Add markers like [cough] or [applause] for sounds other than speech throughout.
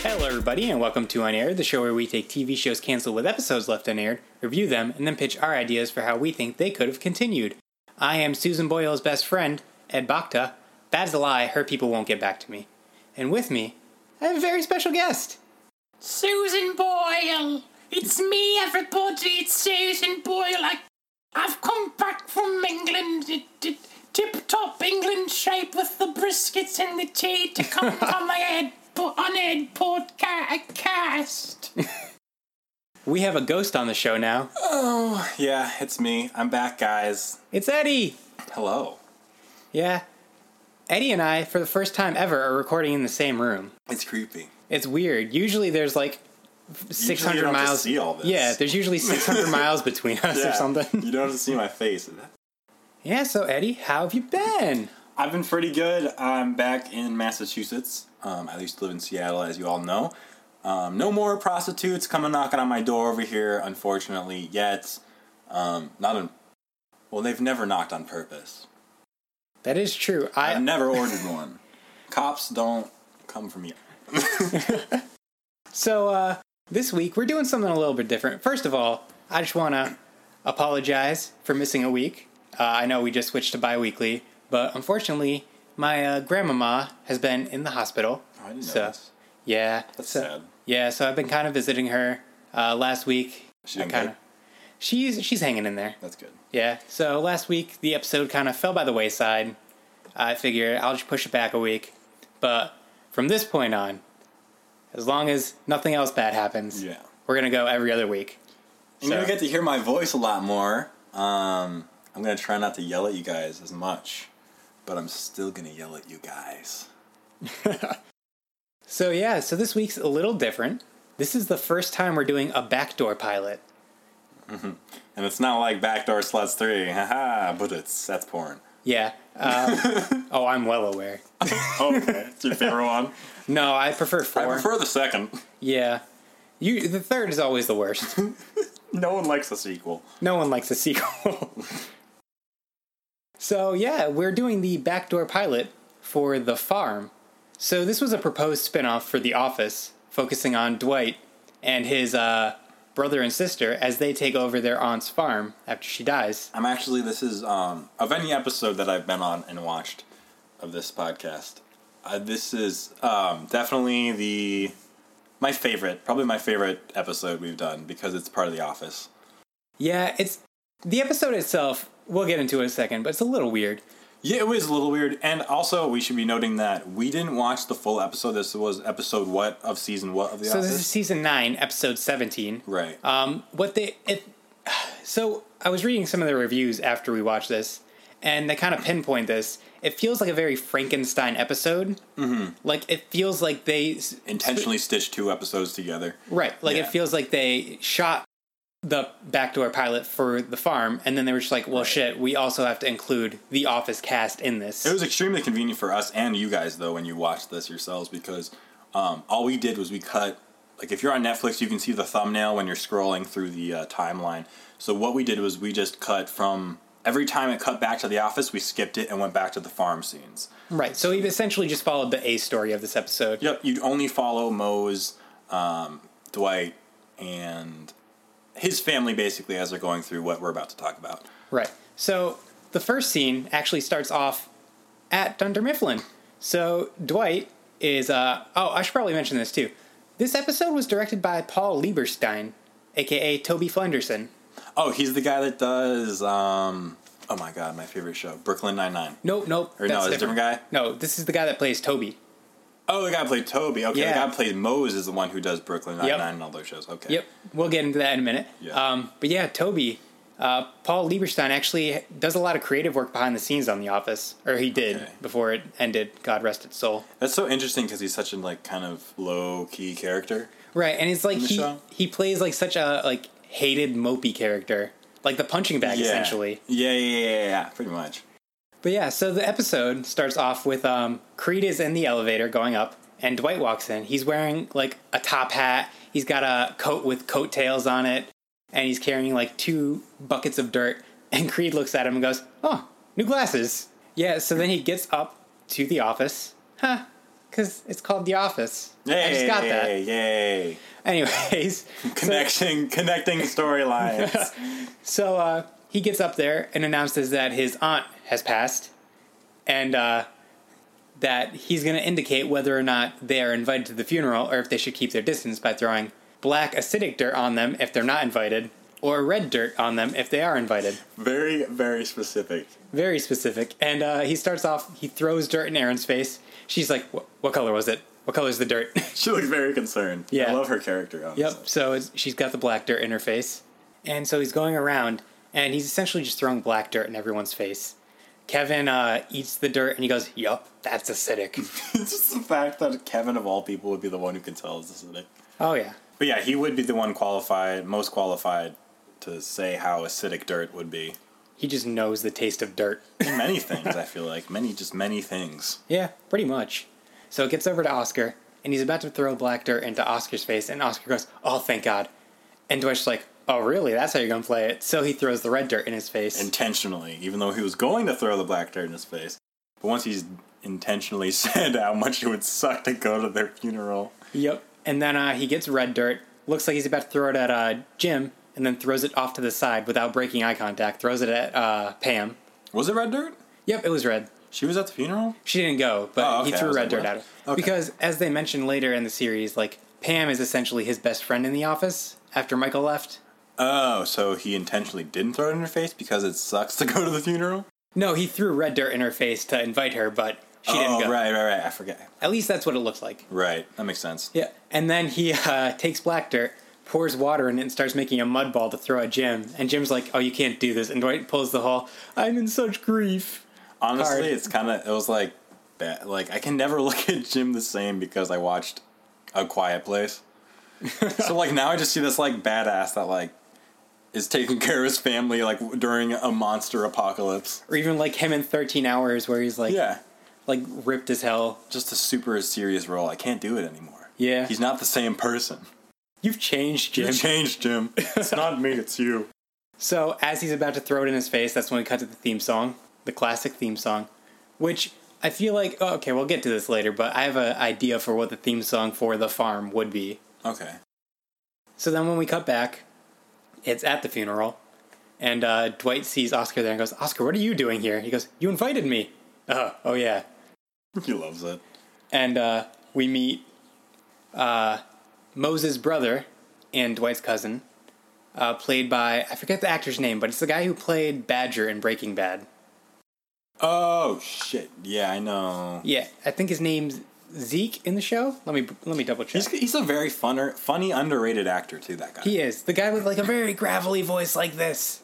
Hello, everybody, and welcome to Unaired, the show where we take TV shows canceled with episodes left unaired, review them, and then pitch our ideas for how we think they could have continued. I am Susan Boyle's best friend, Ed Bakta. That's a lie, her people won't get back to me. And with me, I have a very special guest. Susan Boyle! It's me, everybody! It's Susan Boyle! I, I've come back from England, it, it, tip top England shape with the briskets and the tea to [laughs] come on my head, on head podcast. We have a ghost on the show now. Oh, [laughs] yeah, it's me. I'm back, guys. It's Eddie! Hello. Yeah. Eddie and I, for the first time ever, are recording in the same room. It's creepy. It's weird. Usually there's like you 600 don't miles. Just see all this. Yeah, there's usually 600 miles between us or something. You don't have [laughs] to see my face. Yeah, so Eddie, how have you been? I've been pretty good. I'm back in Massachusetts. Um, I used to live in Seattle, as you all know. Um, no more prostitutes coming knocking on my door over here, unfortunately, yet. Um, not on. Well, they've never knocked on purpose. That is true. I've I never [laughs] ordered one. Cops don't come for me. so uh, this week we're doing something a little bit different. First of all, I just want to apologize for missing a week. Uh, I know we just switched to bi-weekly, but unfortunately, my uh, grandmama has been in the hospital. Oh, I didn't know so, this. Yeah. That's so- sad. Yeah, so I've been kind of visiting her uh, last week. She I doing kinda- good? She's she's hanging in there. That's good. Yeah. So last week the episode kind of fell by the wayside. I figure I'll just push it back a week. But from this point on, as long as nothing else bad happens, Yeah. we're gonna go every other week. And So- you get to hear my voice a lot more. Um, I'm gonna try not to yell at you guys as much, but I'm still gonna yell at you guys. So yeah, so this week's a little different. This is the first time we're doing a backdoor pilot. And it's not like Backdoor Sluts 3, [laughs] haha, but it's that's porn. Yeah. Uh, [laughs] oh, I'm well aware. Oh, Okay, it's your favorite one. No, I prefer four. I prefer the second. yeah. You the third is always the worst. No one likes a sequel. No one likes a sequel. [laughs] so, yeah, we're doing the backdoor pilot for The Farm. So, this was a proposed spin off for The Office, focusing on Dwight and his uh, brother and sister as they take over their aunt's farm after she dies. I'm actually this is um of any episode that I've been on and watched of this podcast. Uh, this is um definitely the my favorite, probably my favorite episode we've done because it's part of The Office. Yeah, it's the episode itself, we'll get into it in a second, but it's a little weird. Yeah, it was a little weird. And also, we should be noting that we didn't watch the full episode. This was episode what of season what of The So, Office? this is season 9, episode 17. right. Um, what they it, so I was reading some of the reviews after we watched this, and they kind of pinpoint this. It feels like a very Frankenstein episode. Mm-hmm. Like it feels like they s- Intentionally stitched two episodes together. right. Like it Yeah. feels like they shot the backdoor pilot for the farm, and then they were just like, "Well, shit, we also have to include the Office cast in this." It was extremely convenient for us and you guys, though, when you watched this yourselves, because um, all we did was we cut. Like, if you're on Netflix, you can see the thumbnail when you're scrolling through the uh, timeline. So, what we did was we just cut from every time it cut back to The Office, we skipped it and went back to the farm scenes. right. So he essentially just followed the A story of this episode. Yep, you'd only follow Moe's, um, Dwight, and his family basically as they're going through what we're about to talk about. Right. So the first scene actually starts off at Dunder Mifflin. So Dwight is. Uh, oh, I should probably mention this too. This episode was directed by Paul Lieberstein, aka Toby Flenderson. Oh, he's the guy that does. Um, oh my god, my favorite show, Brooklyn Nine Nine. Nope, nope. Or no, it's a different guy? No, this is the guy that plays Toby. Oh, the guy who played Toby. Okay, Yeah. the guy who played Moe's is the one who does Brooklyn Nine Yep. Nine and all those shows. Okay. Yep, we'll get into that in a minute. Yeah. Um, but yeah, Toby, uh, Paul Lieberstein actually does a lot of creative work behind the scenes on The Office, or he did Okay. before it ended. God rest its soul. That's so interesting because he's such a like kind of low key character. Right, and it's like the he show. he plays like such a like hated mopey character, like the punching bag essentially. Yeah, yeah, yeah, yeah, yeah, pretty much. But yeah, so the episode starts off with um, Creed is in the elevator going up, and Dwight walks in. He's wearing like a top hat. He's got a coat with coattails on it, and he's carrying like two buckets of dirt. [laughs] And Creed looks at him and goes, "Oh, new glasses." Yeah. So then he gets up to the office. Huh. because it's called The Office. Yay, I just got that. Yay! [laughs] Anyways, Connection, [laughs] connecting storylines. So uh, he gets up there and announces that his aunt has passed, and uh, that he's going to indicate whether or not they are invited to the funeral or if they should keep their distance by throwing black acidic dirt on them if they're not invited, or red dirt on them if they are invited. very, very specific. Very specific. And uh, he starts off. He throws dirt in Aaron's face. She's like, "Wh- "What color was it? What color is the dirt?" She looks very concerned. Yeah. I love her character. Honestly. Yep. So it's, she's got the black dirt in her face, and so he's going around, and he's essentially just throwing black dirt in everyone's face. Kevin uh, eats the dirt, and he goes, "Yup, that's acidic." It's [laughs] just the fact that Kevin of all people would be the one who can tell us this is it. oh yeah, But yeah, he would be the one qualified, most qualified to say how acidic dirt would be. he just knows the taste of dirt. [laughs] In many things, I feel like many, just many things. yeah, pretty much. So it gets over to Oscar, and he's about to throw black dirt into Oscar's face, and Oscar goes, "Oh, thank God!" And Dwight's like, "Oh, really? That's how you're gonna play it?" So he throws the red dirt in his face. intentionally, even though he was going to throw the black dirt in his face. But once he's intentionally [laughs] said how much it would suck to go to their funeral, Yep. And then uh, he gets red dirt. Looks like he's about to throw it at uh, Jim, and then throws it off to the side without breaking eye contact. Throws it at uh, Pam. was it red dirt? Yep, it was red. She was at the funeral. She didn't go, but Oh, okay. he I threw was red like, dirt at what? her. Okay. Because as they mentioned later in the series, like Pam is essentially his best friend in the office after Michael left. Oh, so he intentionally didn't throw it in her face because it sucks to go to the funeral. No, he threw red dirt in her face to invite her, but she oh, didn't go. right, right, right. I forget. At least that's what it looks like. Right, that makes sense. Yeah, and then he [laughs] uh, takes black dirt, pours water in it, and starts making a mud ball to throw at Jim. And Jim's like, "Oh, you can't do this!" And Dwight pulls the whole, "I'm in such grief." Honestly, Hard. it's kind of it was like that. Like I can never [laughs] look at Jim the same because I watched A Quiet [laughs] Place. so like now I just see this like badass that like is taking [laughs] care of his family like w- during a monster apocalypse. Or even like him in 13 hours, where he's like, Yeah, like ripped as hell. just a super serious role. I can't do it anymore. Yeah, He's not the same [laughs] person. you've changed, You Jim. changed, Jim. It's not me. It's you. So as he's about to throw it in his face, that's when we cut to the theme song, the classic theme song, which I feel like oh, okay, we'll get to this later, but I have an idea for what the theme song for the farm would be. Okay. So then when we cut back, it's at the funeral, and uh, Dwight sees Oscar there and goes, Oscar, what are you doing here? He goes, You invited me. Oh, oh yeah. He loves it. And uh, we meet uh, Moses' brother and Dwight's cousin, uh, played by, I forget the actor's name, but it's the guy who played Badger in Breaking Bad. Oh shit! Yeah, I know. Yeah, I think his name's Zeke in the show. Let me let me double check. He's, he's a very funner, funny, underrated actor too. That guy. He is the guy with like a very gravelly voice like this.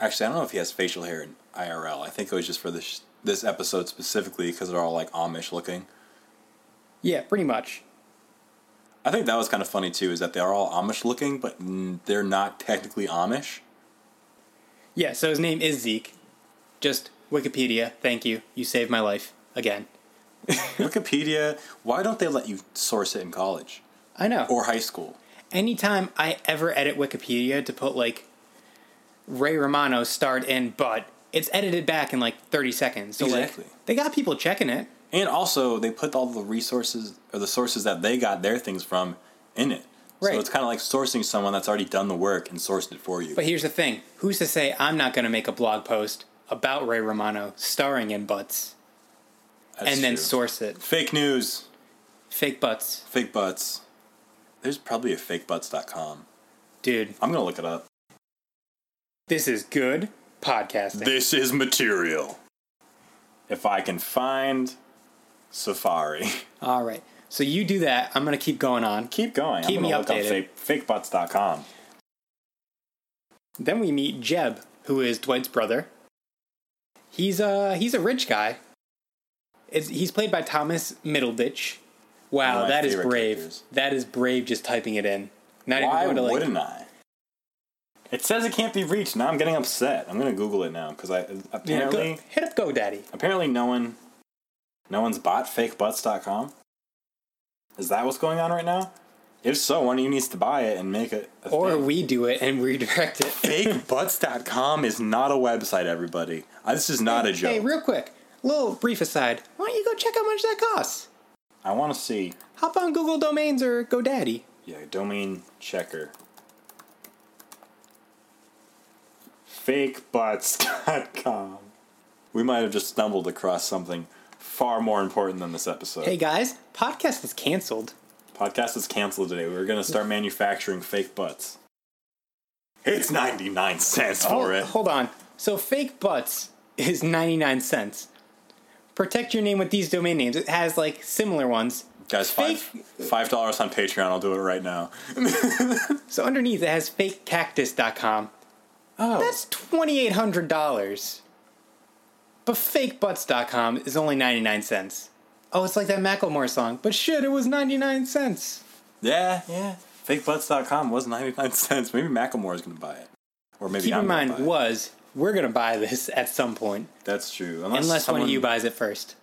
Actually, I don't know if he has facial hair in IRL. I think it was just for this this episode specifically because they're all like Amish looking. Yeah, pretty much. I think that was kind of funny too, is that they are all Amish looking, but mm, they're not technically Amish. Yeah, so his name is Zeke. Just Wikipedia, thank you. You saved my life again. Wikipedia. Why don't they let you source it in college I know. or high school? Anytime I ever edit Wikipedia to put like Ray Romano starred in but it's edited back in like 30 seconds. So Exactly. like they got people checking it. And also, they put all the resources or the sources that they got their things from in it. Right. So it's kind of like sourcing someone that's already done the work and sourced it for you. But here's the thing, who's to say I'm not going to make a blog post about Ray Romano starring in butts That's and then true. source it. fake news, Fake butts. fake butts. There's probably a fakebutts.com. Dude, I'm gonna look it up. this is good podcasting. This is material. If I can find Safari. [laughs] All right. So you do that, I'm going to keep going on. Keep going. Keep I'm gonna me look updated. up fake, fakebutts.com. Then we meet Jeb, who is Dwight's brother. He's a he's a rich guy. It's, he's played by Thomas Middleditch. One Wow, of my that is favorite brave. characters. That is brave. Just typing it in. Not Why even going to like. wouldn't I? It says it can't be reached. Now I'm getting upset. I'm gonna Google it now because I uh, you know, go- apparently hit up GoDaddy. apparently no one no one's bought fakebutts.com. Is that what's going on right now? If so, one of you needs to buy it and make it. A Or thing. we do it and [laughs] redirect it. Fakebutts.com is not a website, everybody. Uh, This is not a joke. Hey, real quick, little brief aside. Why don't you go check how much that costs? I want to see. Hop on Google Domains or GoDaddy. Yeah, domain checker. Fakebutts.com. We might have just stumbled across something far more important than this episode. Hey guys, podcast is canceled. Podcast is canceled today. We were going to start manufacturing fake butts. It's 99 cents for Hold- it. Oh, Hold on. So fake butts is 99 cents. Protect your name with these domain names. It has like similar ones. Guys, five, $5 dollars on Patreon. I'll do it right now. So underneath it has fakecactus.com. Oh. That's $2,800. But fakebutts.com is only 99 cents. Oh, it's like that Macklemore song. But shit, it was 99 cents. Yeah, yeah. Fakebutts.com was 99 cents. Maybe Macklemore is going to buy it. Or maybe Keep I'm in gonna mind, buy it. was we're going to buy this at some point. That's true. Unless, Unless someone, one of you buys it first.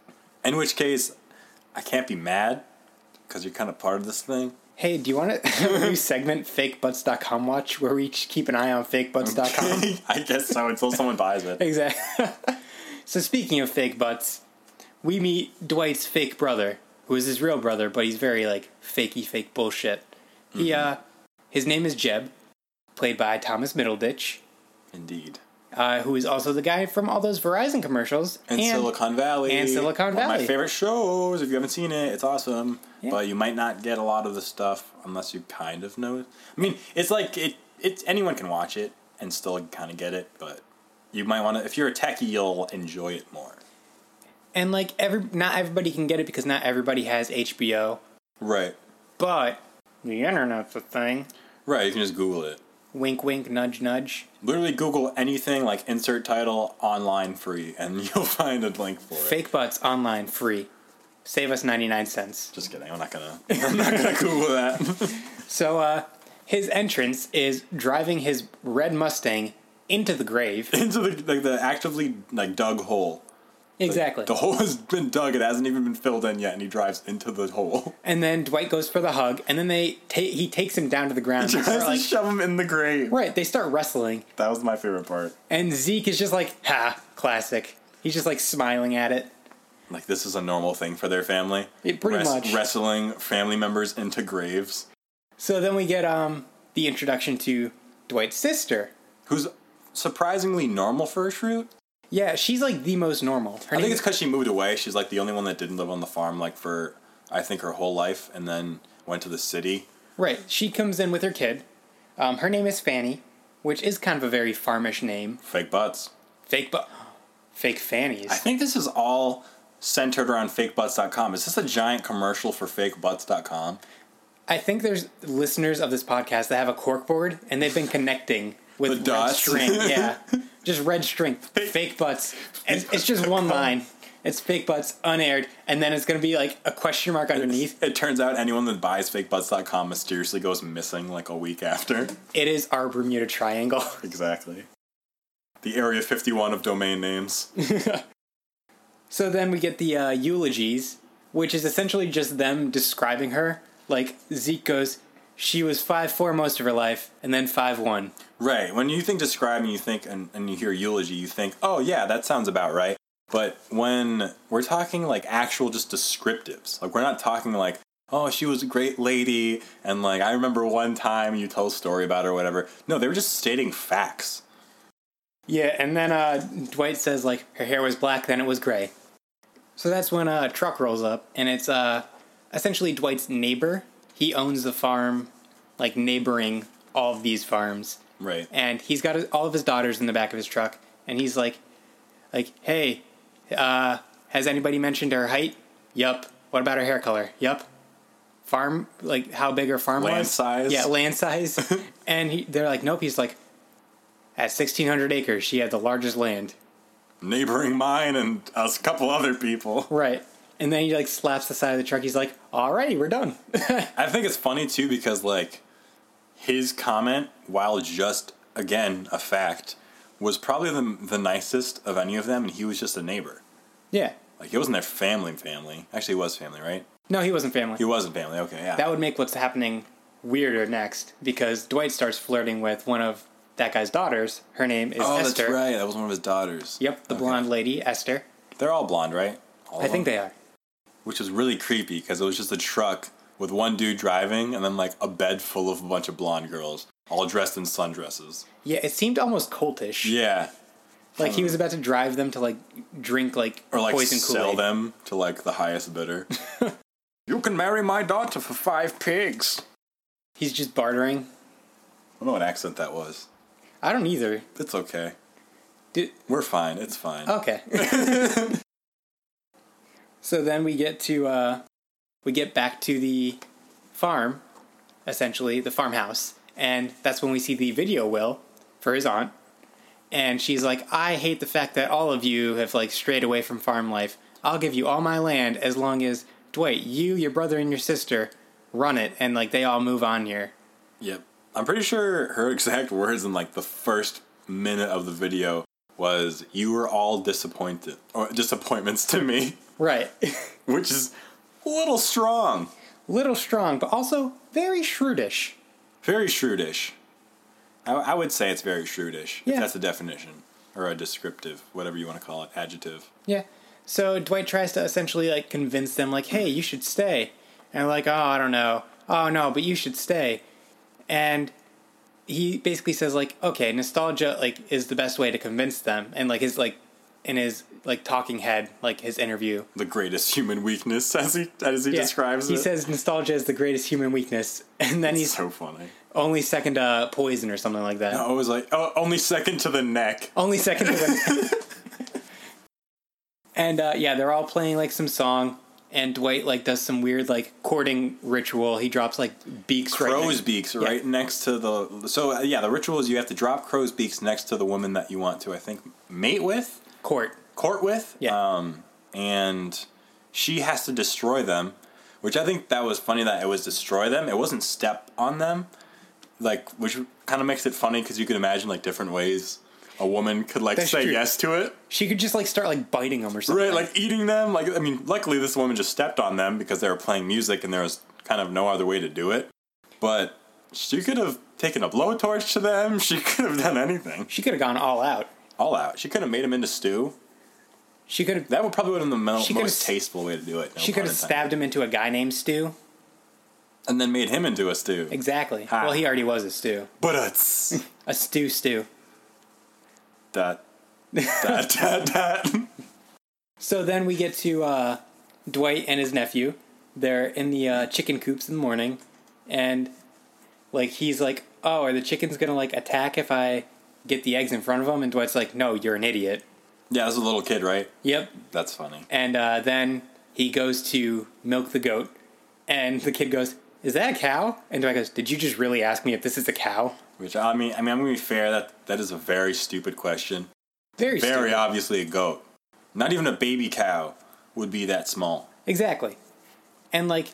In which case, I can't be mad because you're kind of part of this thing. Hey, do you want to [laughs] new segment fakebutts.com watch where we each keep an eye on [laughs] fakebutts.com? [laughs] I guess so until someone buys it. exactly. [laughs] so speaking of fake butts, we meet Dwight's fake brother, who is his real brother, but he's very like fakey fake bullshit. He uh his name is Jeb, played by Thomas Middleditch, [laughs] Indeed. uh, who is also the guy from all those Verizon commercials And, Silicon Valley. and Silicon One of my Valley. favorite shows. If you haven't seen it, it's awesome. Yeah. But you might not get a lot of the stuff unless you kind of know it. I mean, it's like it. It's anyone can watch it and still kind of get it, but you might want to. If you're a techie, you'll enjoy it more. and like every not everybody can get it because not everybody has HBO, Right. but the internet's a thing. Right. You can just Google it. Wink, wink, nudge, nudge. Literally Google anything like insert title online free, and [laughs] you'll find a link for it. Fake butts online free. Save us 99 cents. Just kidding. I'm not gonna. [laughs] I'm not gonna Google that. So, uh, his entrance is driving his red Mustang into the [laughs] grave. [laughs] Into the like the actively like dug hole. exactly. The hole has been dug. It hasn't even been filled in yet, and he drives into the hole. [laughs] And then Dwight goes for the hug, and then they ta- he takes him down to the [laughs] ground. They Tries start, to like- shove him in the grave. right, they start wrestling, That was my favorite part. and Zeke is just like, ha, classic. He's just like smiling at it. Like this is a normal thing for their family. It pretty much. wrestling family members into graves. So then we get um the introduction to Dwight's sister. Who's surprisingly normal for a shrew. Yeah, she's like the most normal. Her I think name- it's because she moved away. She's like the only one that didn't live on the farm, like for I think her whole life, and then went to the city. Right. She comes in with her kid. Um, her name is Fanny, which is kind of a very farmish name. Fake butts. Fake, but fake Fannies. I think this is all centered around fakebutts.com. Is this a giant commercial for fakebutts.com? I think there's listeners of this podcast that have a corkboard and they've been connecting with The red [laughs] dots. string. Yeah, just red string. Fake butts. It's, it's just one line. It's fake butts unaired, and then it's gonna be like a question mark underneath. It turns out anyone that buys fakebutts.com mysteriously goes missing like a week after. It is our Bermuda Triangle. Exactly. The Area 51 of domain names. So then we get the uh, eulogies, which is essentially just them describing her. Like Zeke goes, she was five four most of her life, and then five one. right. When you think describe and you think and, and you hear eulogy, you think, oh yeah, that sounds about right. But when we're talking like actual just descriptives, like we're not talking like, oh, she was a great lady and like I remember one time you tell a story about her or whatever. No, they were just stating facts. Yeah, and then uh, Dwight says like her hair was black, then it was gray. So that's when uh, a truck rolls up, and it's uh, essentially Dwight's neighbor. He owns the farm, like neighboring all of these farms, Right. and he's got his, all of his daughters in the back of his truck, and he's like, like, hey, uh, has anybody mentioned her height? Yup. What about her hair color? Yup. Farm, like how big her farm Land was? size? Yeah, land [laughs] size. and he, they're like, nope. He's like, at 1,600 acres, she had the largest land. Neighboring mine and us, a couple other people. Right. And then he like slaps the side of the truck. He's like, alrighty, we're done. [laughs] I think it's funny too because like his comment, while just again a fact, was probably the the nicest of any of them, and he was just a neighbor. yeah. Like he wasn't their family family. Actually, he was family, right? No, he wasn't family. He wasn't family. Okay, yeah. that would make what's happening weirder next because Dwight starts flirting with one of that guy's daughters. Her name is oh, Esther. that's right. That was one of his daughters. Yep, the Okay. blonde lady, Esther. They're all blonde, right? All I of think them? they are. which was really creepy because it was just a truck with one dude driving and then like a bed full of a bunch of blonde girls all dressed in sundresses. Yeah, it seemed almost cultish. Yeah, Like he was about to drive them to like drink like, or like poison sell Kool-Aid. them to like the [laughs] highest bidder. you can marry my daughter for five pigs. He's just bartering. I don't know what accent that was. I don't either. It's okay. Dude, We're fine. It's fine. okay. so then we get to uh we get back to the farm, essentially, the farmhouse, and that's when we see the video will for his aunt. And she's like, "I hate the fact that all of you have like strayed away from farm life. I'll give you all my land as long as Dwight, you, your brother and your sister run it and like they all move on here." Yep. I'm pretty sure her [laughs] exact words in like the first minute of the video was you were all disappointed or disappointments to me, [laughs] Right. which is a little strong. Little strong, but also very shrewdish. Very shrewdish. I, I would say it's very shrewdish. Yeah. If that's a definition or a descriptive, whatever you want to call it, adjective. Yeah. So Dwight tries to essentially like convince them like, "Hey, you should stay." And they're like, "Oh, I don't know. Oh no, but you should stay." And he basically says like, "Okay, nostalgia like is the best way to convince them." And like his like in his like talking head, like his interview. The greatest [laughs] human weakness, as he as he Yeah. describes he it. says nostalgia is the greatest human weakness, and then he's so funny. only second to poison or something like that. I was like, oh, only second to the neck. Only second to the And uh, yeah, they're all playing like some song, and Dwight like does some weird like courting ritual. He drops like beaks right. crow's next- beaks right next to the so uh, yeah the ritual is you have to drop crow's beaks next to the woman that you want to i think mate with court. court with Yeah. um, and she has to destroy them which i think that was funny that it was destroy them it wasn't step on them like which kind of makes it funny because you can imagine like different ways a woman could like That's say true. yes to it She could just like start like biting him or something. right like eating them like i mean luckily this woman just stepped on them because they were playing music and there was kind of no other way to do it but she could have taken a blowtorch to them [laughs] she could have done anything she could have gone all out. all out she could have made them into stew She could have. that would probably would have been the mo- She could most have- tasteful way to do it no She could pun have intended. stabbed him into a guy named Stu. and then made him into a stew Exactly. Ha. Well, he already was a stew. but [laughs] it's A stew stew. that that that that [laughs] So then we get to uh, Dwight and his nephew. They're in the uh, chicken coops in the morning, and like he's like, "Oh, are the chickens gonna like attack if I get the eggs in front of them?" And Dwight's like, "No, you're an idiot." yeah as a little kid right Yep. that's funny And uh, then he goes to milk the goat, and the kid goes, "Is that a cow?" And Dwight goes, "Did you just really ask me if this is a cow?" which i mean i mean i'm gonna be fair that that is a very stupid question Very, very stupid. obviously a goat. Not even a baby cow would be that small. Exactly. And like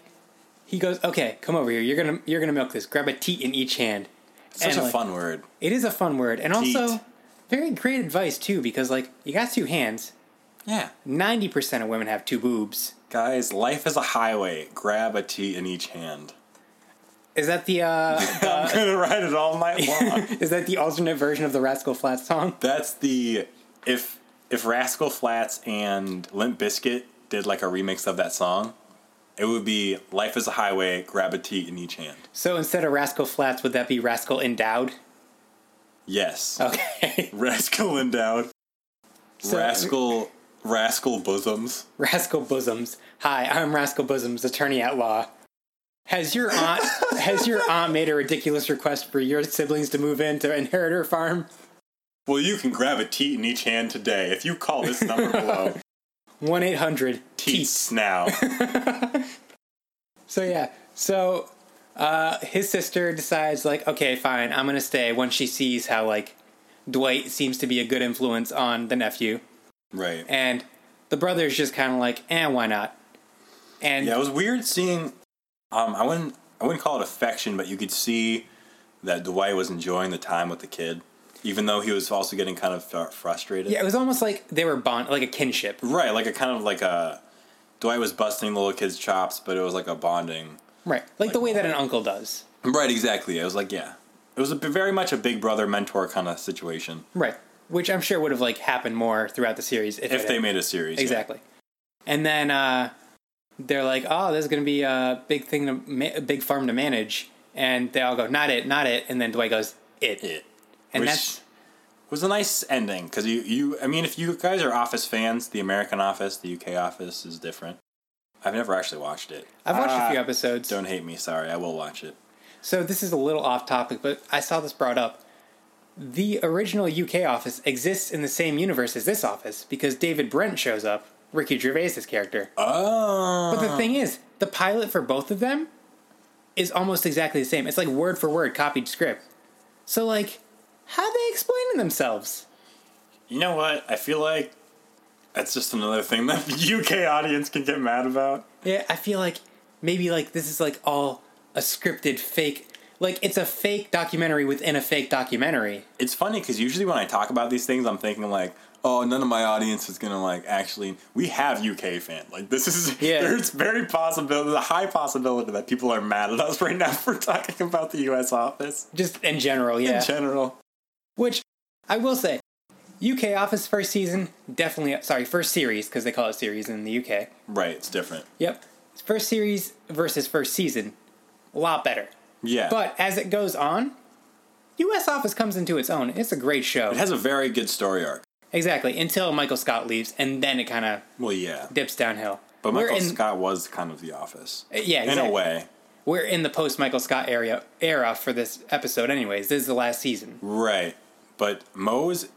he goes, "Okay, come over here. You're gonna you're gonna milk this. Grab a teat in each hand." Such And, a like, fun word. It is a fun word, and Teat. also very great advice too, because like you got two hands. Yeah. Ninety percent of women have two boobs. Guys, life is a highway. Grab a tea in each hand. [laughs] Is that the uh, [laughs] I'm gonna ride it all night long. is that the alternate version of the Rascal Flatts song? That's the if if Rascal Flats and Limp Biscuit did like a remix of that song, it would be Life is a Highway, grab a tea in each hand. So instead of Rascal Flats, would that be Rascal Endowed? Yes. Okay, [laughs] [laughs] Rascal endowed. Oh. So- rascal Rascal Bosoms. Rascal Bosoms. Hi, I'm Rascal Bosoms, attorney at law. Has your aunt has your aunt made a ridiculous request for your siblings to move in to inherit her farm? Well, you can grab a teat in each hand today if you call this number below. One eight hundred Teats now. [laughs] So yeah, so uh, his sister decides like, okay, fine, I'm gonna stay. When she sees how like Dwight seems to be a good influence on the nephew, Right. and the brother's just kind of like, eh, why not? And yeah, it was weird seeing. Um, I wouldn't. I wouldn't call it affection, but you could see that Dwight was enjoying the time with the kid, even though he was also getting kind of fr- frustrated. yeah, it was almost like they were bond, like a kinship, Right. Like a kind of like a. Dwight was busting the little kid's chops, but it was like a bonding. right? Like, the way that an uncle does, Right. Exactly. It was like yeah. It was a, b- very much a big brother mentor kind of situation right? Which I'm sure would have like happened more throughout the series if, if it they had- made a series. yeah. exactly. And then uh, they're like, "Oh, this is going to be a big thing, to ma- a big farm to manage," and they all go, "Not it, not it," and then Dwight goes, "It,", It. and Which that's was a nice ending because you, you, I mean, if you guys are Office fans, the American Office, the UK Office is different. I've never actually watched it. I've watched a few Ah, episodes. Don't hate me, sorry. I will watch it. So this is a little off topic, but I saw this brought up. The original UK office exists in the same universe as this office because David Brent shows up, Ricky Gervais's character. Oh, But the thing is, the pilot for both of them is almost exactly the same. It's like word for word copied script. So like, how they explaining themselves? you know what? I feel like that's just another thing [laughs] that the UK audience can get mad about. Yeah, I feel like maybe like this is like all a scripted fake. Like it's a fake documentary within a fake documentary. It's funny because usually when I talk about these things, I'm thinking like, oh, none of my audience is gonna like actually. We have UK fans. Like this is [laughs] Yeah. there's very possibility, the high possibility that people are mad at us [laughs] right now for talking about the U.S. office Just in general, yeah. in general. Which I will say, UK Office first season definitely sorry first series because they call it series in the UK. Right, it's different. Yep, first series versus first season, a lot better. Yeah, But as it goes on, U.S. Office comes into its own. It's a great show. it has a very good story arc. exactly until Michael Scott leaves, and then it kind of Well, yeah, dips downhill. but we're Michael in, Scott was kind of the office. yeah, in a exact- way, we're in the post Michael Scott area era for this episode. Anyways, this is the last season. right? But Moe's,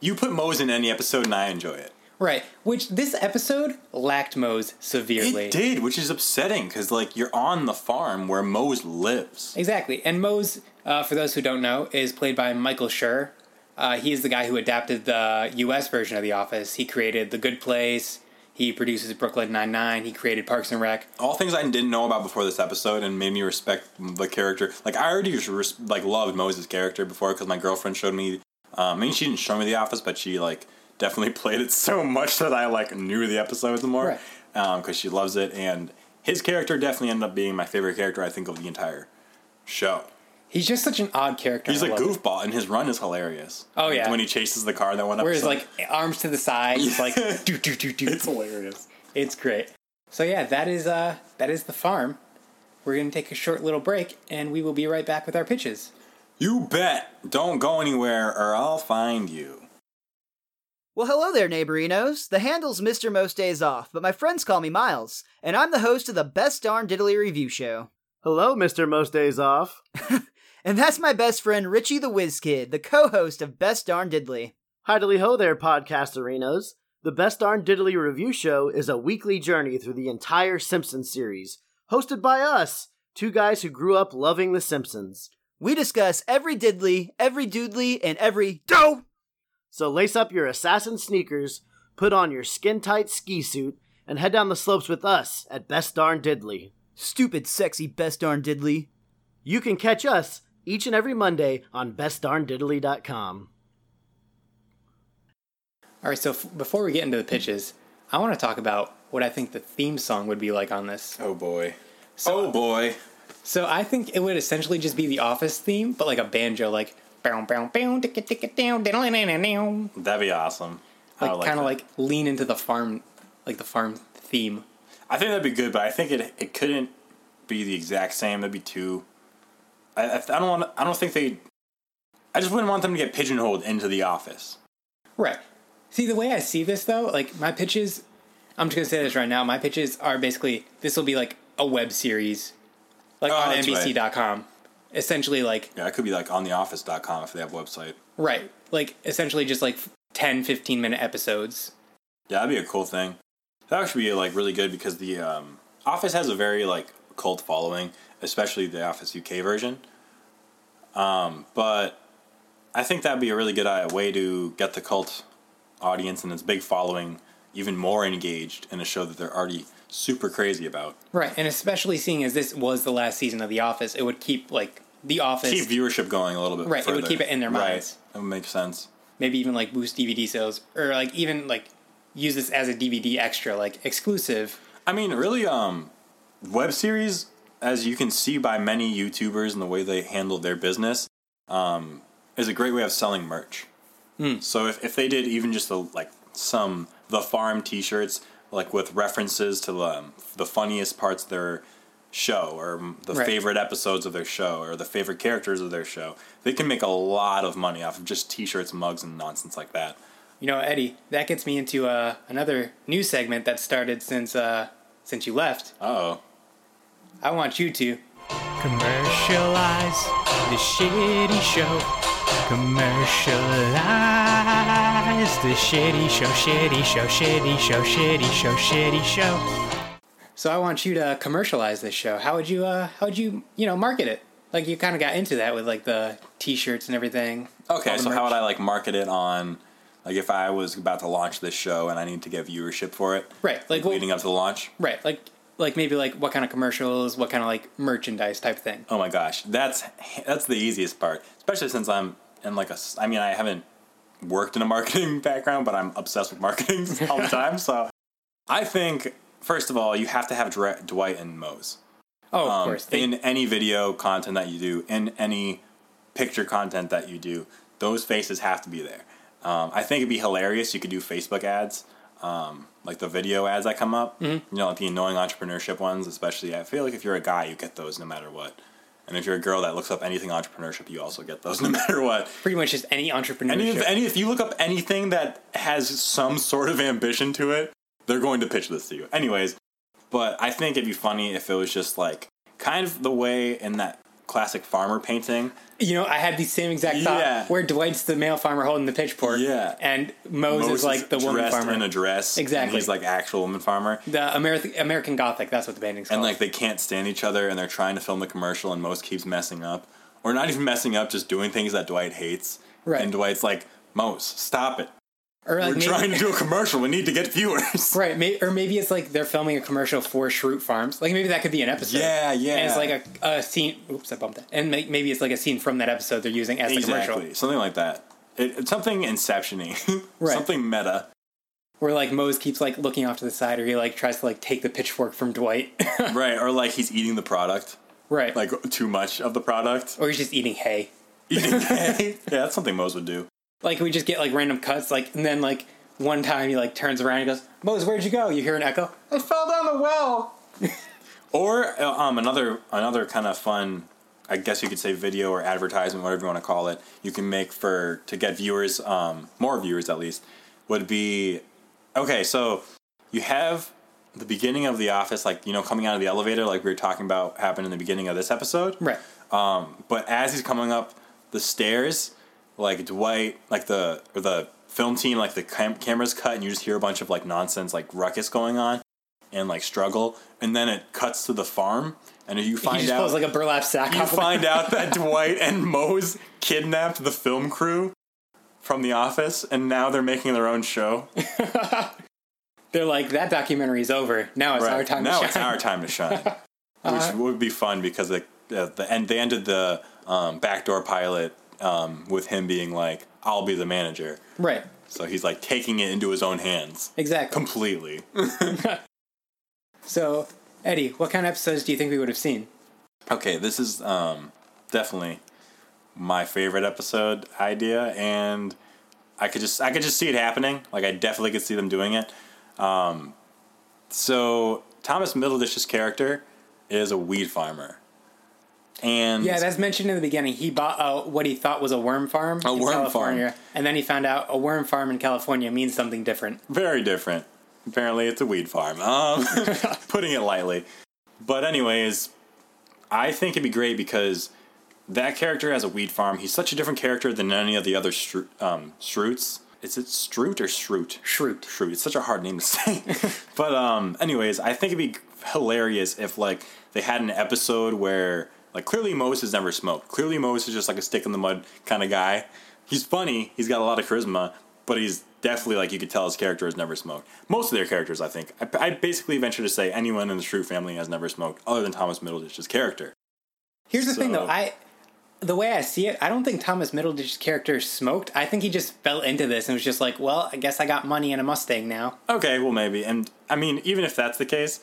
you put Moe's in any episode, and I enjoy it. Right, which this episode lacked Moe's severely. It did, which is upsetting because like you're on the farm where Moe's lives. Exactly. And Mose, uh, for those who don't know, is played by Michael Schur. Uh, he is the guy who adapted the U.S. version of The Office. He created The Good Place. He produces Brooklyn Nine Nine. He created Parks and Rec. All things I didn't know about before this episode and made me respect the character. Like I already just res- like loved Moe's character before because my girlfriend showed me. Um, I mean, she didn't show me The Office, but she like definitely [laughs] played it so much that I like knew the episodes more Right. because she loves it. And his character definitely ended up being my favorite character. I think of the entire show. He's just such an odd character. He's I a love it. goofball, and his run is hilarious. Oh, yeah. when he chases the car in that one. Where he's episode. like arms to the side, he's [laughs] like do do do do. it's hilarious. It's great. So yeah, that is uh that is the farm. We're gonna take a short little break, and we will be right back with our pitches. You bet. Don't go anywhere or I'll find you. Well, hello there, neighborinos. The handle's Mr. Most Days Off, but my friends call me Miles, and I'm the host of the Best Darn Diddly Review Show. Hello, Mr. Most Days Off. And that's my best friend Richie the Whiz Kid, the co-host of Best Darn Diddly. Hi, diddly ho there, podcasterinos. The Best Darn Diddly Review Show is a weekly journey through the entire Simpsons series, hosted by us, two guys who grew up loving The Simpsons. We discuss every diddly, every doodly, and every dope. So lace up your assassin sneakers, put on your skin tight ski suit, and head down the slopes with us at Best Darn Diddly. Stupid, sexy Best Darn Diddly. You can catch us each and every Monday on bestdarndiddly.com. All right. So f- before we get into the pitches, I want to talk about what I think the theme song would be like on this. Oh boy. oh boy. So I think it would essentially just be the office theme, but like a banjo, like bow bow bow ticka ticka down diddle, na, na, na. That'd be awesome. I like would kind of that. like lean into the farm, like the farm theme. I think that'd be good, but I think it it couldn't be the exact same. That'd be too. I I, I don't want. I don't think they. I just wouldn't want them to get pigeonholed into the office. Right. See the way I see this though, like my pitches. I'm just gonna say this right now. My pitches are basically this will be like a web series, like Oh, on that's right. NBC.com. Essentially, like Yeah, it could be like on theoffice.com if they have a website. right, like essentially just like 10, 15 minute episodes. Yeah, that'd be a cool thing. That would actually be like really good because the um, Office has a very like cult following, especially the Office UK version. Um, but I think that'd be a really good uh, way to get the cult audience and its big following even more engaged in a show that they're already super crazy about. Right, and especially seeing as this was the last season of The Office, it would keep like The Office Keep viewership going a little bit. Right, it would further. keep it in their minds. Right, it would make sense. maybe even like boost DVD sales or like even like use this as a DVD extra, like exclusive. I mean, really, um, web series, as you can see by many YouTubers and the way they handle their business, um, is a great way of selling merch. So if, if they did even just a, like some The Farm t shirts, like with references to um, the funniest parts of their show or the Right. favorite episodes of their show or the favorite characters of their show. They can make a lot of money off of just t-shirts, mugs, and nonsense like that. You know, Eddie, that gets me into uh, another new segment that started since uh, since you left. Uh-oh. I want you to commercialize the shitty show. Commercialize the shitty show, shitty show, shitty show, shitty show, shitty show. So I want you to commercialize this show. How would you uh how would you, you know, market it? Like you kind of got into that with like the t-shirts and everything. Oh, Okay, All the so how merch. would I like market it on like if I was about to launch this show and I need to get viewership for it? Right, like what- leading up to the launch? Right, like like maybe like what kind of commercials, what kind of like merchandise type thing. Oh my gosh, that's that's the easiest part, especially since I'm in like a. s- I mean, I haven't worked in a marketing [laughs] background, but I'm obsessed with marketing [laughs] all the [laughs] time. So, I think first of all, you have to have Dre- Dwight and Mose Oh, of um, course. They, in any video content that you do, in any picture content that you do, those faces have to be there. Um, I think it'd be hilarious. You could do Facebook ads, um, like the video ads that come up. Mm-hmm. You know, like the annoying entrepreneurship ones, especially. I feel like if you're a guy, you get those no matter what. And if you're a girl that looks up anything entrepreneurship, you also get those [laughs] no matter what. pretty much just any entrepreneurship. Any, if, any, if you look up anything that has some sort of ambition to it, they're going to pitch this to you. Anyways, but I think it'd be funny if it was just like kind of the way in that classic farmer painting. You know, I had the same exact thought Yeah. where Dwight's the male farmer holding the pitchfork, Yeah. and Mose, Moses is like the woman dressed farmer, in a dress. and Exactly. he's like actual woman farmer. the American American Gothic. That's what the painting's And called. like they can't stand each other and they're trying to film the commercial and Mose keeps messing up. Or not even messing up, just doing things that Dwight hates. Right. And Dwight's like, Mose, stop it. or like We're maybe, trying to do a commercial. We need to get viewers. [laughs] right, may, or maybe it's like they're filming a commercial for Shroot Farms. Like maybe that could be an episode. Yeah, yeah. And it's like a, a scene. Oops, I bumped that. And may, maybe it's like a scene from that episode they're using as the exactly commercial, something like that it, it's something inceptiony [laughs] Right. something meta where like Mose keeps like looking off to the side, or he like tries to like take the pitchfork from Dwight. [laughs] right or like he's eating the product right. like too much of the product [laughs] or he's just eating hay. eating hay. yeah that's something Mose would do like we just get like random cuts like and then like one time he like turns around and goes mose where'd you go you hear an echo i fell down the well [laughs] or uh, um, another another kind of fun i guess you could say video or advertisement whatever you want to call it you can make for to get viewers um, more viewers at least would be okay so you have the beginning of the office like you know coming out of the elevator like we were talking about happened in the beginning of this episode right Um, But as he's coming up the stairs, like Dwight, like the or the film team, like the cam- cameras cut, and you just hear a bunch of like nonsense, like ruckus going on, and like struggle, and then it cuts to the farm, and he you find just out pulls like a burlap sack you off of- find out that Dwight and Mose kidnapped the film crew from the office, and now they're making their own show. [laughs] they're like that documentary's over now it's our time now to it's shine. [laughs] our time to shine, which would be fun because the uh, the end they ended the um, backdoor pilot um, with him being like, "I'll be the manager," right so he's like taking it into his own hands exactly completely. [laughs] [laughs] so eddie what kind of episodes do you think we would have seen okay, this is um, definitely my favorite episode idea, and I could just I could just see it happening. Like I definitely could see them doing it. Um, so Thomas Middledish's character is a weed farmer. And yeah that's mentioned in the beginning he bought uh, what he thought was a worm farm A in worm farm. california and then he found out a worm farm in california means something different very different. Apparently, it's a weed farm. Um, [laughs] putting it lightly. But anyways, I think it'd be great because that character has a weed farm. He's such a different character than any of the other Stru- um, Struts. Is it Strut or Shrut? Shroot. Shrut. It's such a hard name to say. but um, anyways, I think it'd be hilarious if like they had an episode where like clearly Mose has never smoked. Clearly Mose is just like a stick in the mud kind of guy. He's funny. He's got a lot of charisma, but he's definitely like you could tell his character has never smoked. Most of their characters, I think, I, I basically venture to say anyone in the Shrut family has never smoked, other than Thomas Middleditch's character. Here's the thing, though. So- I, the way I see it, I don't think Thomas Middleditch's character smoked. I think he just fell into this and was just like, "Well, I guess I got money and a Mustang now." Okay, well maybe, and I mean, even if that's the case,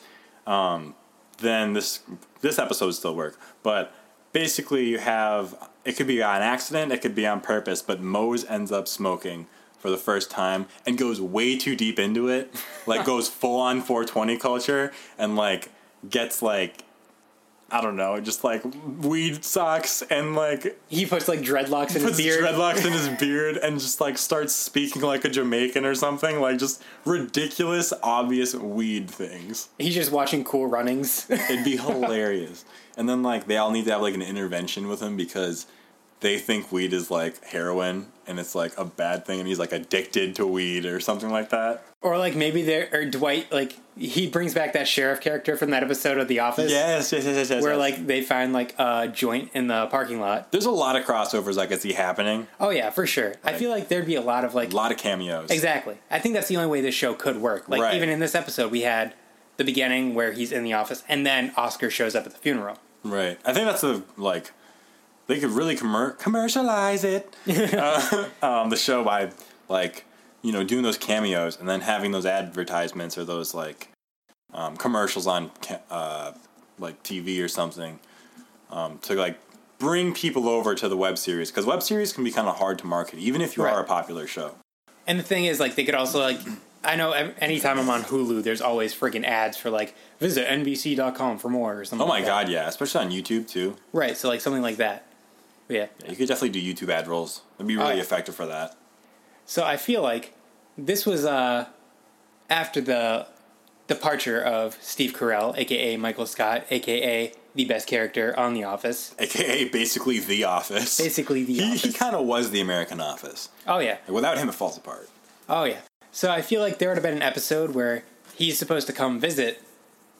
um, then this this episode would still work. But basically, you have it could be on accident, it could be on purpose, but Mose ends up smoking for the first time and goes way too deep into it, like goes full on 420 culture and like gets like I don't know, just like weed socks and like He puts like dreadlocks in his puts beard. dreadlocks in his beard and just like starts speaking like a Jamaican or something, like just ridiculous, obvious weed things. He's just watching Cool Runnings. [laughs] It'd be hilarious. And then like they all need to have like an intervention with him because they think weed is like heroin and it's like a bad thing and he's like addicted to weed or something like that. or like maybe there or Dwight like he brings back that sheriff character from that episode of The Office. Yes, yes, yes, yes, yes. Where yes. like they find like a joint in the parking lot. there's a lot of crossovers I could see happening. Oh yeah, for sure. I feel like there'd be a lot of like A lot of cameos. Exactly. I think that's the only way this show could work. Like Right. even in this episode, we had the beginning where he's in the office, and then Oscar shows up at the funeral. Right. I think that's the like they could really commer- [laughs] commercialize it. uh, um, the show by like you know doing those cameos and then having those advertisements or those like um, commercials on ca- uh, like TV or something um, to like bring people over to the web series because web series can be kind of hard to market even if you Right. are a popular show. And the thing is, like, they could also like. I know ev- anytime I'm on Hulu, there's always friggin' ads for like visit NBC.com for more or something. Oh my like that. god, yeah, especially on YouTube too. Right. So like something like that. But yeah. Yeah, you could definitely do YouTube ad rolls. It'd be really yeah. effective for that. So I feel like this was uh, after the departure of Steve Carell, aka Michael Scott, aka the best character on The Office. AKA basically The Office. Basically, [laughs] The he, Office. he kind of was the American Office. oh yeah. Like, without him, it falls apart. Oh yeah. So I feel like there would have been an episode where he's supposed to come visit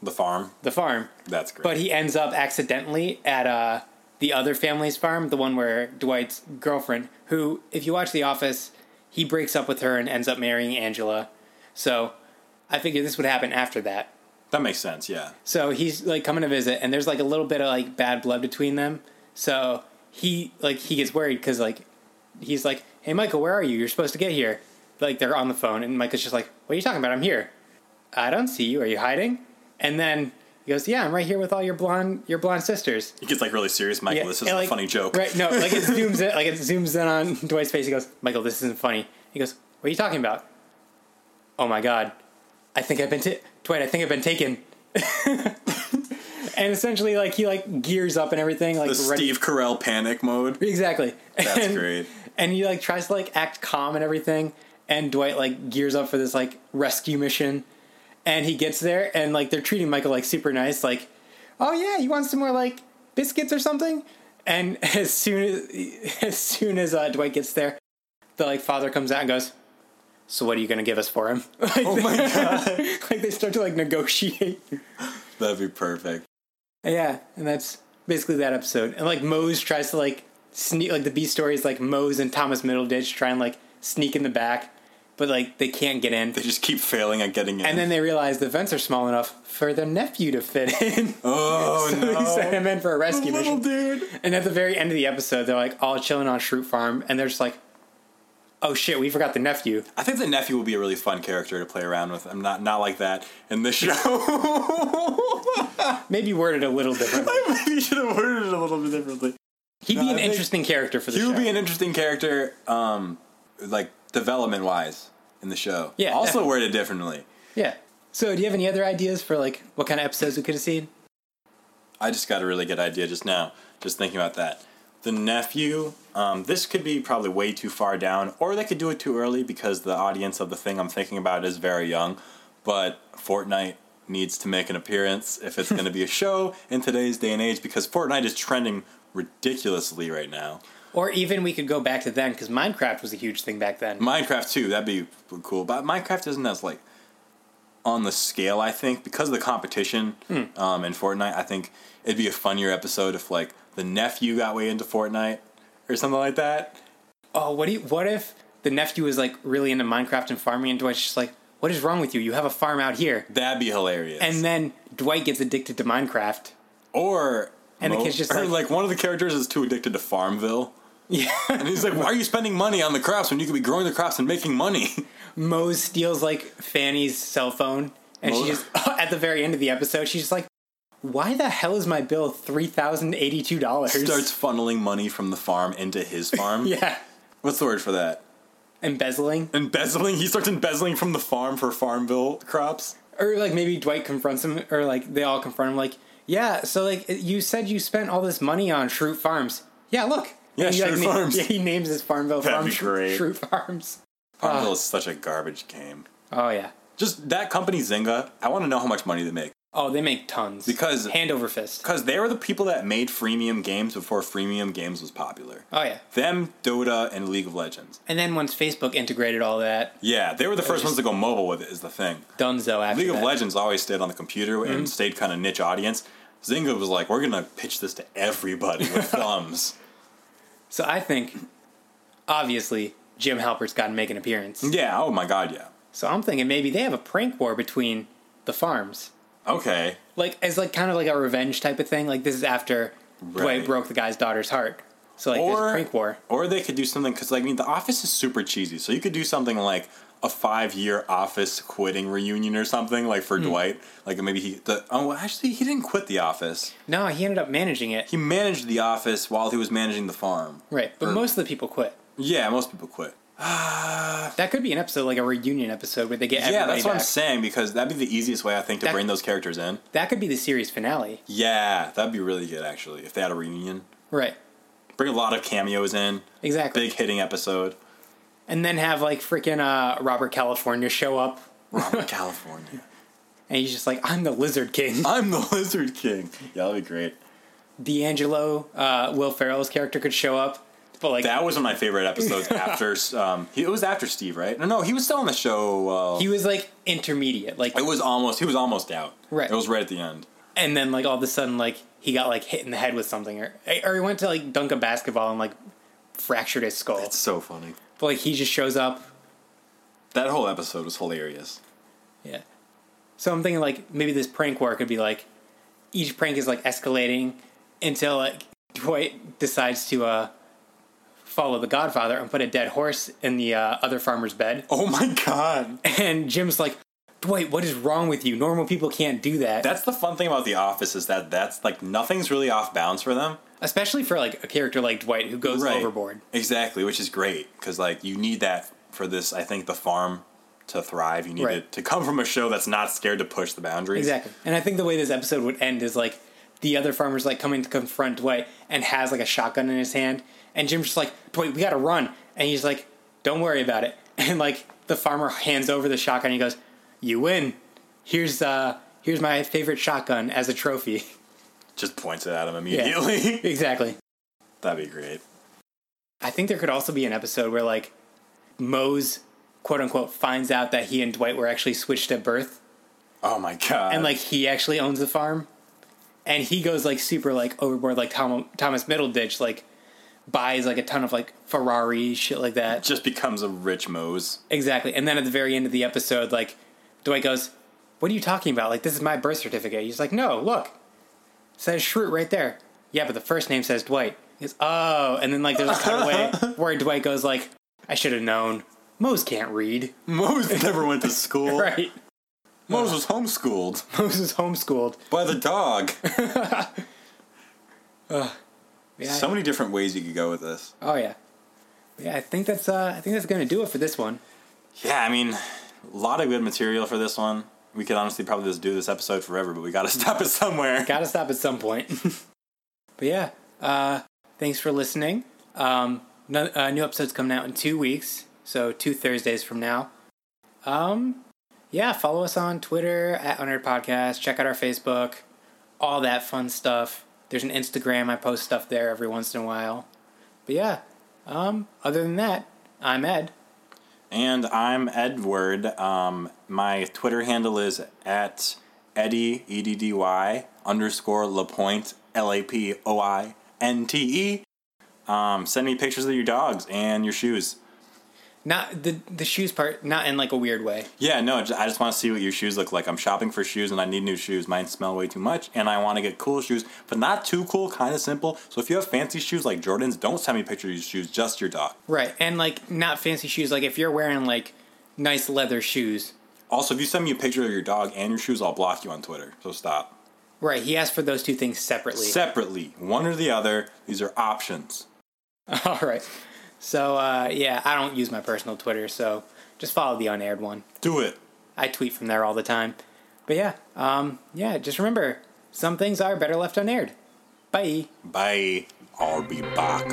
The farm, the farm, that's great. but he ends up accidentally at uh, the other family's farm, the one where Dwight's girlfriend, who, if you watch The Office, he breaks up with her and ends up marrying Angela. So I figure this would happen after that. that makes sense. Yeah, So he's like coming to visit, and there's like a little bit of like bad blood between them. So he like he gets worried because like he's like, "Hey Michael, where are you? You're supposed to get here." Like they're on the phone, and Michael's just like, "What are you talking about? I'm here. I don't see you. Are you hiding?" And then he goes, "Yeah, I'm right here with all your blonde your blonde sisters." he gets like really serious. Michael, Yeah, this and, is like- a funny joke. Right? No, like [laughs] it zooms in, like it zooms in on Dwight's face. He goes, "Michael, this isn't funny." He goes, "What are you talking about?" Oh my god, I think I've been t- Dwight. I think I've been taken. [laughs] and essentially, like he like gears up and everything, like The Steve Carell panic mode. Exactly. That's And- great. And he like tries to like act calm and everything, and Dwight like gears up for this like rescue mission, and he gets there and like they're treating Michael like super nice, like, oh yeah, you want some more like biscuits or something? And [laughs] as soon as [laughs] as soon as uh, Dwight gets there, the like father comes out and goes, so what are you gonna give us for him? [laughs] Like, oh my god! like they start to like negotiate. That'd be perfect. Yeah, and that's basically that episode. And like Mose tries to like sneak like the B story is like Mose and Thomas Middleditch try and like sneak in the back, but like they can't get in. They just keep failing at getting in. And then they realize the vents are small enough for their nephew to fit in. [laughs] oh [laughs] so no, he sent him in for a rescue little mission. dude. And at the very end of the episode, they're like all chilling on Shroot Farm, and they're just like, "Oh shit, we forgot the nephew." I think the nephew will be a really fun character to play around with. I'm not not like that in this [laughs] show. Maybe worded a little [laughs] differently. Maybe you should have worded it a little bit differently. He'd be I an think- interesting character for the He show. would be an interesting character, um, like development wise in the show. Yeah, Also definitely. worded differently. yeah. So, do you have any other ideas for like what kind of episodes we could have seen? I just got a really good idea just now, just thinking about that. The nephew, um, this could be probably way too far down, or they could do it too early because the audience of the thing I'm thinking about is very young. But Fortnite needs to make an appearance if it's going to be [laughs] a show in today's day and age because Fortnite is trending ridiculously right now. Or even we could go back to then because Minecraft was a huge thing back then. Minecraft too, that'd be cool. But Minecraft isn't as like on the scale, I think, because of the competition Hmm. um, in Fortnite. I think it'd be a funnier episode if like the nephew got way into Fortnite or something like that. Oh, what do you, what if the nephew was like really into Minecraft and farming, and Dwight's just like, "What is wrong with you? You have a farm out here." That'd be hilarious. And then Dwight gets addicted to Minecraft. or and the Mo- kid's just or, like- like one of the characters is too addicted to Farmville. [laughs] Yeah, And he's like, "Why are you spending money on the crops when you could be growing the crops and making money?" [laughs] Mose steals like Fanny's cell phone, and Mo- she just [laughs] at the very end of the episode, she's just like, "Why the hell is my bill three thousand eighty-two dollars?" Starts funneling money from the farm into his [laughs] farm. Yeah, What's the word for that? embezzling, Embezzling. He starts embezzling from the farm for farm bill crops. or like maybe Dwight confronts him, or like they all confront him, like, yeah, so like you said you spent all this money on Shroot Farms. Yeah, look. Yeah, And he, Shroot na- Farms. yeah, [laughs] he names his Farmville That'd Farm be great. Shroot Farms. Farm bill is such a garbage game. Oh yeah. Just that company Zynga. I want to know how much money they make Oh, they make tons Because- hand over fist. because they were the people that made freemium games before freemium games was popular. Oh yeah. Them, Dota, and League of Legends. And then once Facebook integrated all that, Yeah, they were the first ones to go mobile with it. Is the thing. Dunzo after League of that. Legends always stayed on the computer and stayed kind of niche audience. Zynga was like, we're gonna pitch this to everybody with thumbs. So I think, obviously, Jim Halpert's got to make an appearance. Yeah. Oh my God. Yeah. So I'm thinking maybe they have a prank war between the farms, Okay. like as like kind of like a revenge type of thing. Like this is after Dwight Right. broke the guy's daughter's heart. So like there's a Or- prank war. Or they could do something because I mean the Office is super cheesy, so you could do something like a five-year Office quitting reunion or something like Hmm. for Dwight. Like maybe he. The, oh, well, actually, he didn't quit the Office. No, he ended up managing it. He managed the Office while he was managing the farm. right, but or- most of the people quit. Yeah, most people quit. That could be an episode, like a reunion episode, where they get yeah, everybody that's what I'm back. saying because that'd be the easiest way I think to That- bring those characters in. That could be the series finale. Yeah, that'd be really good actually if they had a reunion. Right. Bring a lot of cameos in. Exactly. Big [laughs] hitting episode. And then have like freaking uh, Robert California show up, Robert California. and he's just like, "I'm the Lizard King." I'm the [laughs] Lizard King. Yeah, that'd be great. D'Angelo, uh, Will Ferrell's character could show up, but like That was one of my [laughs] favorite episodes after. Um, he, it was after Steve, right? No, no, he was still on the show. Uh, he was like intermediate, like, it was almost. He was almost out. Right. It was right at the end. and then like all of a sudden, like he got like hit in the head with something, or or he went to like dunk a basketball and like fractured his skull. so funny. But like he just shows up. That whole episode was hilarious. Yeah. So I'm thinking like maybe this prank war could be like each prank is like escalating until like Dwight decides to uh follow the Godfather and put a dead horse in the uh, other farmer's bed. [laughs] Oh my god. And Jim's like, Dwight, what is wrong with you? Normal people can't do that. [laughs] That's the fun thing about The Office is that that's like nothing's really off bounds for them. Especially for like a character like Dwight who goes overboard. Exactly, which is great because like you need that for this. I think the farm to thrive, you need Right. it to come from a show that's not scared to push the boundaries. Exactly. And I think the way this episode would end is like the other farmer's like coming to confront Dwight and has like a shotgun in his hand. And Jim's just like, Dwight, we gotta run. And he's like, don't worry about it. [laughs] And like the farmer hands over the shotgun and he goes, you win. Here's, uh, here's my favorite shotgun as a trophy. [laughs] Just points it at him immediately. exactly. [laughs] That'd be great. I think there could also be an episode where like Mose quote unquote finds out that he and Dwight were actually switched at birth Oh my god. and like he actually owns the farm and he goes like super like overboard like Tom, Thomas Middleditch like buys like a ton of like Ferrari shit like that. just becomes a rich Mose. [laughs] Exactly. And then at the very end of the episode like Dwight goes, "What are you talking about? Like this is my birth certificate." He's like, "No, look. It says Shroot right there." Yeah, but the first name says Dwight. He goes, "Oh." And then like there's a cutaway where Dwight goes like, "I should have known. Mose can't read." Mose never went to [laughs] school. Right. Mose was homeschooled Mose is homeschooled. by [laughs] the dog. Uh, Yeah. so many different ways you could go with this. oh yeah. Yeah, I think that's uh I think that's going to do it for this one. Yeah, I mean, a lot of good material for this one. We could honestly probably just do this episode forever, but we got to [laughs] stop it somewhere. gotta stop at some point. [laughs] but yeah, uh, thanks for listening. Um, no, uh, new episodes coming out in two weeks, so two Thursdays from now. Um, yeah, follow us on Twitter at Unheard Podcast. Check out our Facebook, all that fun stuff. There's an Instagram. I post stuff there every once in a while. But yeah, um, other than that, I'm Ed. And I'm Edward. Um, my Twitter handle is at Eddie, E D D Y, underscore LaPointe, L A P O I N T E. Um, send me pictures of your dogs and your shoes. Not the the shoes part, not in like a weird way. Yeah, no, ju- I just want to see what your shoes look like. I'm shopping for shoes and I need new shoes. Mine smell way too much and I want to get cool shoes, but not too cool, kind of simple. So if you have fancy shoes like Jordan's, don't send me pictures of your shoes, just your dog. Right, and like not fancy shoes. Like if you're wearing like nice leather shoes, Also, if you send me a picture of your dog and your shoes, I'll block you on Twitter. So stop. Right, he asked for those two things separately. Separately, one or the other, these are options. [laughs] All right. So uh, yeah, I don't use my personal Twitter, so just follow the unaired one. Do it. I tweet from there all the time. But yeah, um, yeah, just remember some things are better left unaired. Bye. Bye. I'll be back.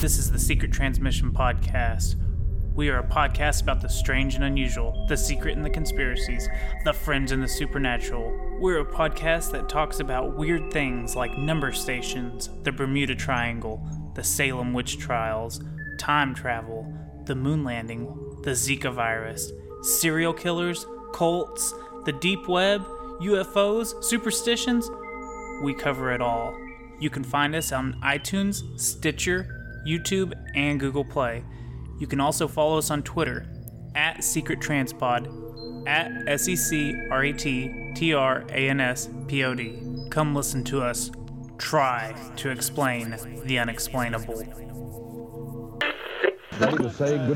This is the Secret Transmission Podcast. We are a podcast about the strange and unusual, the secret and the conspiracies, the friends and the supernatural. We're a podcast that talks about weird things like number stations, the Bermuda Triangle, the Salem witch trials, time travel, the moon landing, the Zika virus, serial killers, cults, the deep web, UFOs, superstitions, we cover it all. You can find us on iTunes, Stitcher, YouTube, and Google Play. You can also follow us on Twitter at Secret Transpod, at S E C R E T T R A N S P O D. Come listen to us try to explain the unexplainable. to say good